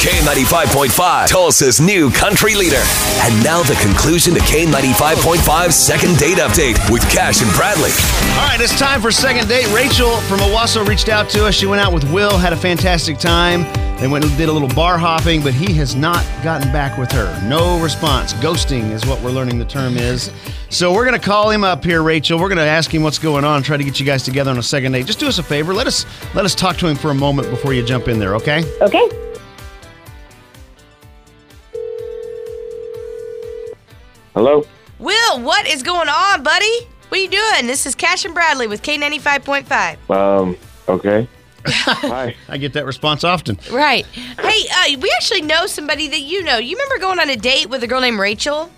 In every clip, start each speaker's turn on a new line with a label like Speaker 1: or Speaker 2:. Speaker 1: K95.5, Tulsa's new country leader. And now the conclusion to K95.5's second date update with Cash and Bradley.
Speaker 2: All right, it's time for second date. Rachel from Owasso reached out to us. She went out with Will, had a fantastic time. They went and did a little bar hopping, but he has not gotten back with her. No response. Ghosting is what we're learning the term is. So we're going to call him up here, Rachel. We're going to ask him what's going on, try to get you guys together on a second date. Just do us a favor. Let us let us talk to him for a moment before you jump in there, okay?
Speaker 3: Okay.
Speaker 4: Hello.
Speaker 5: Will, what is going on, buddy? What are you doing? This is Cash and Bradley with K95.5.
Speaker 4: Um. Okay. Hi.
Speaker 2: I get that response often.
Speaker 5: Right. Hey, uh, we actually know somebody that you know. You remember going on a date with a girl named Rachel?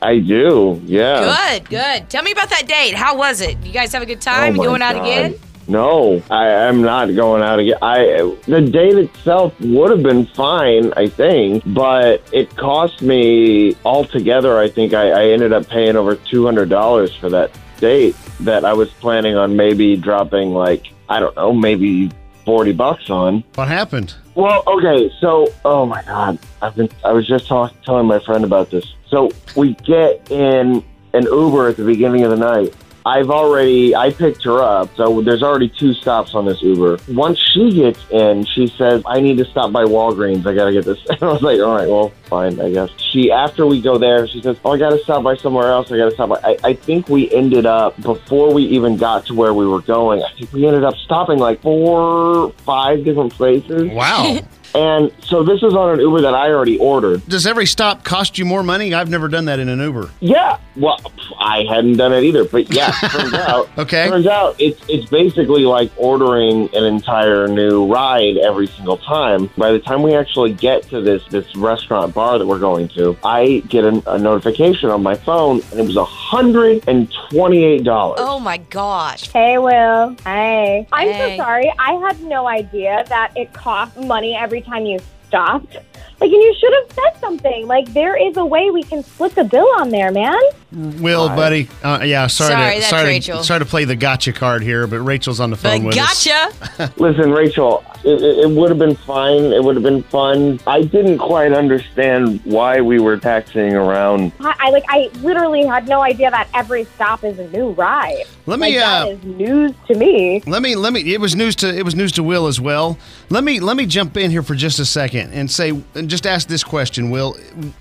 Speaker 4: I do. Yeah. Oh
Speaker 5: Good, good. Tell me about that date. How was it? You guys have a good time? You
Speaker 4: my
Speaker 5: going out
Speaker 4: God.
Speaker 5: again?
Speaker 4: No, I, I'm not going out again. I the date itself would have been fine, I think, but it cost me altogether. I think I, I ended up paying over two hundred dollars for that date that I was planning on maybe dropping like I don't know, maybe forty bucks on.
Speaker 2: What happened?
Speaker 4: Well, okay, so oh my god, I've been I was just talk, telling my friend about this. So we get in an Uber at the beginning of the night. I've already I picked her up, so there's already two stops on this Uber. Once she gets in, she says, "I need to stop by Walgreens. I gotta get this." And I was like, "All right, well, fine, I guess." She after we go there, she says, "Oh, I gotta stop by somewhere else. I gotta stop by." I, I think we ended up before we even got to where we were going. I think we ended up stopping like four, five different places.
Speaker 2: Wow.
Speaker 4: And so this is on an Uber that I already ordered.
Speaker 2: Does every stop cost you more money? I've never done that in an Uber.
Speaker 4: Yeah. Well, pff, I hadn't done it either, but yeah, turns out.
Speaker 2: Okay.
Speaker 4: Turns out it's it's basically like ordering an entire new ride every single time. By the time we actually get to this this restaurant bar that we're going to, I get a, a notification on my phone, and it was hundred and twenty eight dollars.
Speaker 5: Oh my gosh.
Speaker 3: Hey, Will. Hey. I'm
Speaker 5: Hey.
Speaker 3: so sorry. I had no idea that it cost money every time you stopped. Like, and you should have said something. Like, there is a way we can split the bill on there, man.
Speaker 2: Will, buddy. Uh, yeah, sorry.
Speaker 5: Sorry,
Speaker 2: to,
Speaker 5: that's
Speaker 2: sorry, To,
Speaker 5: Rachel.
Speaker 2: sorry to play the gotcha card here, but Rachel's on the phone
Speaker 5: But
Speaker 2: with us.
Speaker 5: gotcha.
Speaker 4: Listen, Rachel, it, it it would have been fine. It would have been fun. I didn't quite understand why we were taxiing around
Speaker 3: I, I like. I literally had no idea that every stop is a new ride.
Speaker 2: Let me,
Speaker 3: Like,
Speaker 2: uh,
Speaker 3: that is news to me.
Speaker 2: Let me let me it was news to it was news to Will as well. Let me let me jump in here for just a second and say and just ask this question, Will.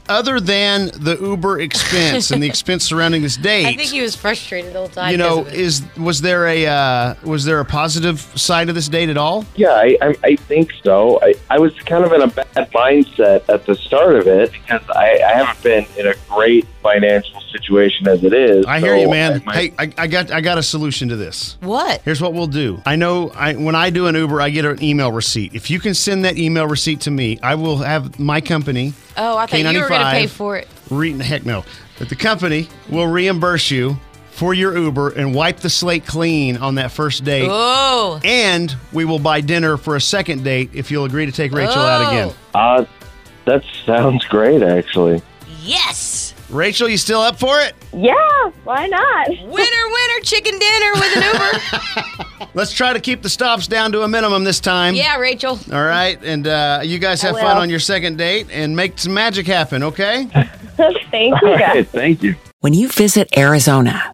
Speaker 2: Other than the Uber expense and the expense surrounding this date,
Speaker 5: I think he was frustrated the whole time.
Speaker 2: you know,
Speaker 5: because of it.
Speaker 2: is was there a uh, was there a positive side of this date at all?
Speaker 4: Yeah, I, I, I think so. I, I was kind of in a bad mindset at the start of it because I, I haven't been in a great financial situation as it is.
Speaker 2: I hear
Speaker 4: so
Speaker 2: you, man.
Speaker 4: I might-
Speaker 2: hey, I, I got I got a solution to this.
Speaker 5: what?
Speaker 2: Here's what we'll do. I know I, when I do an Uber, I get an email receipt. If you can send that email receipt to me, I will have my company.
Speaker 5: Oh, I thought you were going to
Speaker 2: K95.
Speaker 5: pay for it.
Speaker 2: Re- heck no. But the company will reimburse you for your Uber and wipe the slate clean on that first date.
Speaker 5: Oh.
Speaker 2: And we will buy dinner for a second date if you'll agree to take Rachel out again.
Speaker 5: Oh.
Speaker 4: Uh, that sounds great, actually.
Speaker 5: Yes.
Speaker 2: Rachel, you still up for it?
Speaker 3: Yeah. Why not?
Speaker 5: Winner, winner, chicken dinner with an Uber.
Speaker 2: Let's try to keep the stops down to a minimum this time.
Speaker 5: yeah, Rachel.
Speaker 2: All right. And uh, you guys have
Speaker 3: I
Speaker 2: fun
Speaker 3: will.
Speaker 2: on your second date and make some magic happen, okay?
Speaker 3: Thank you, guys.
Speaker 4: thank you.
Speaker 6: When you visit Arizona,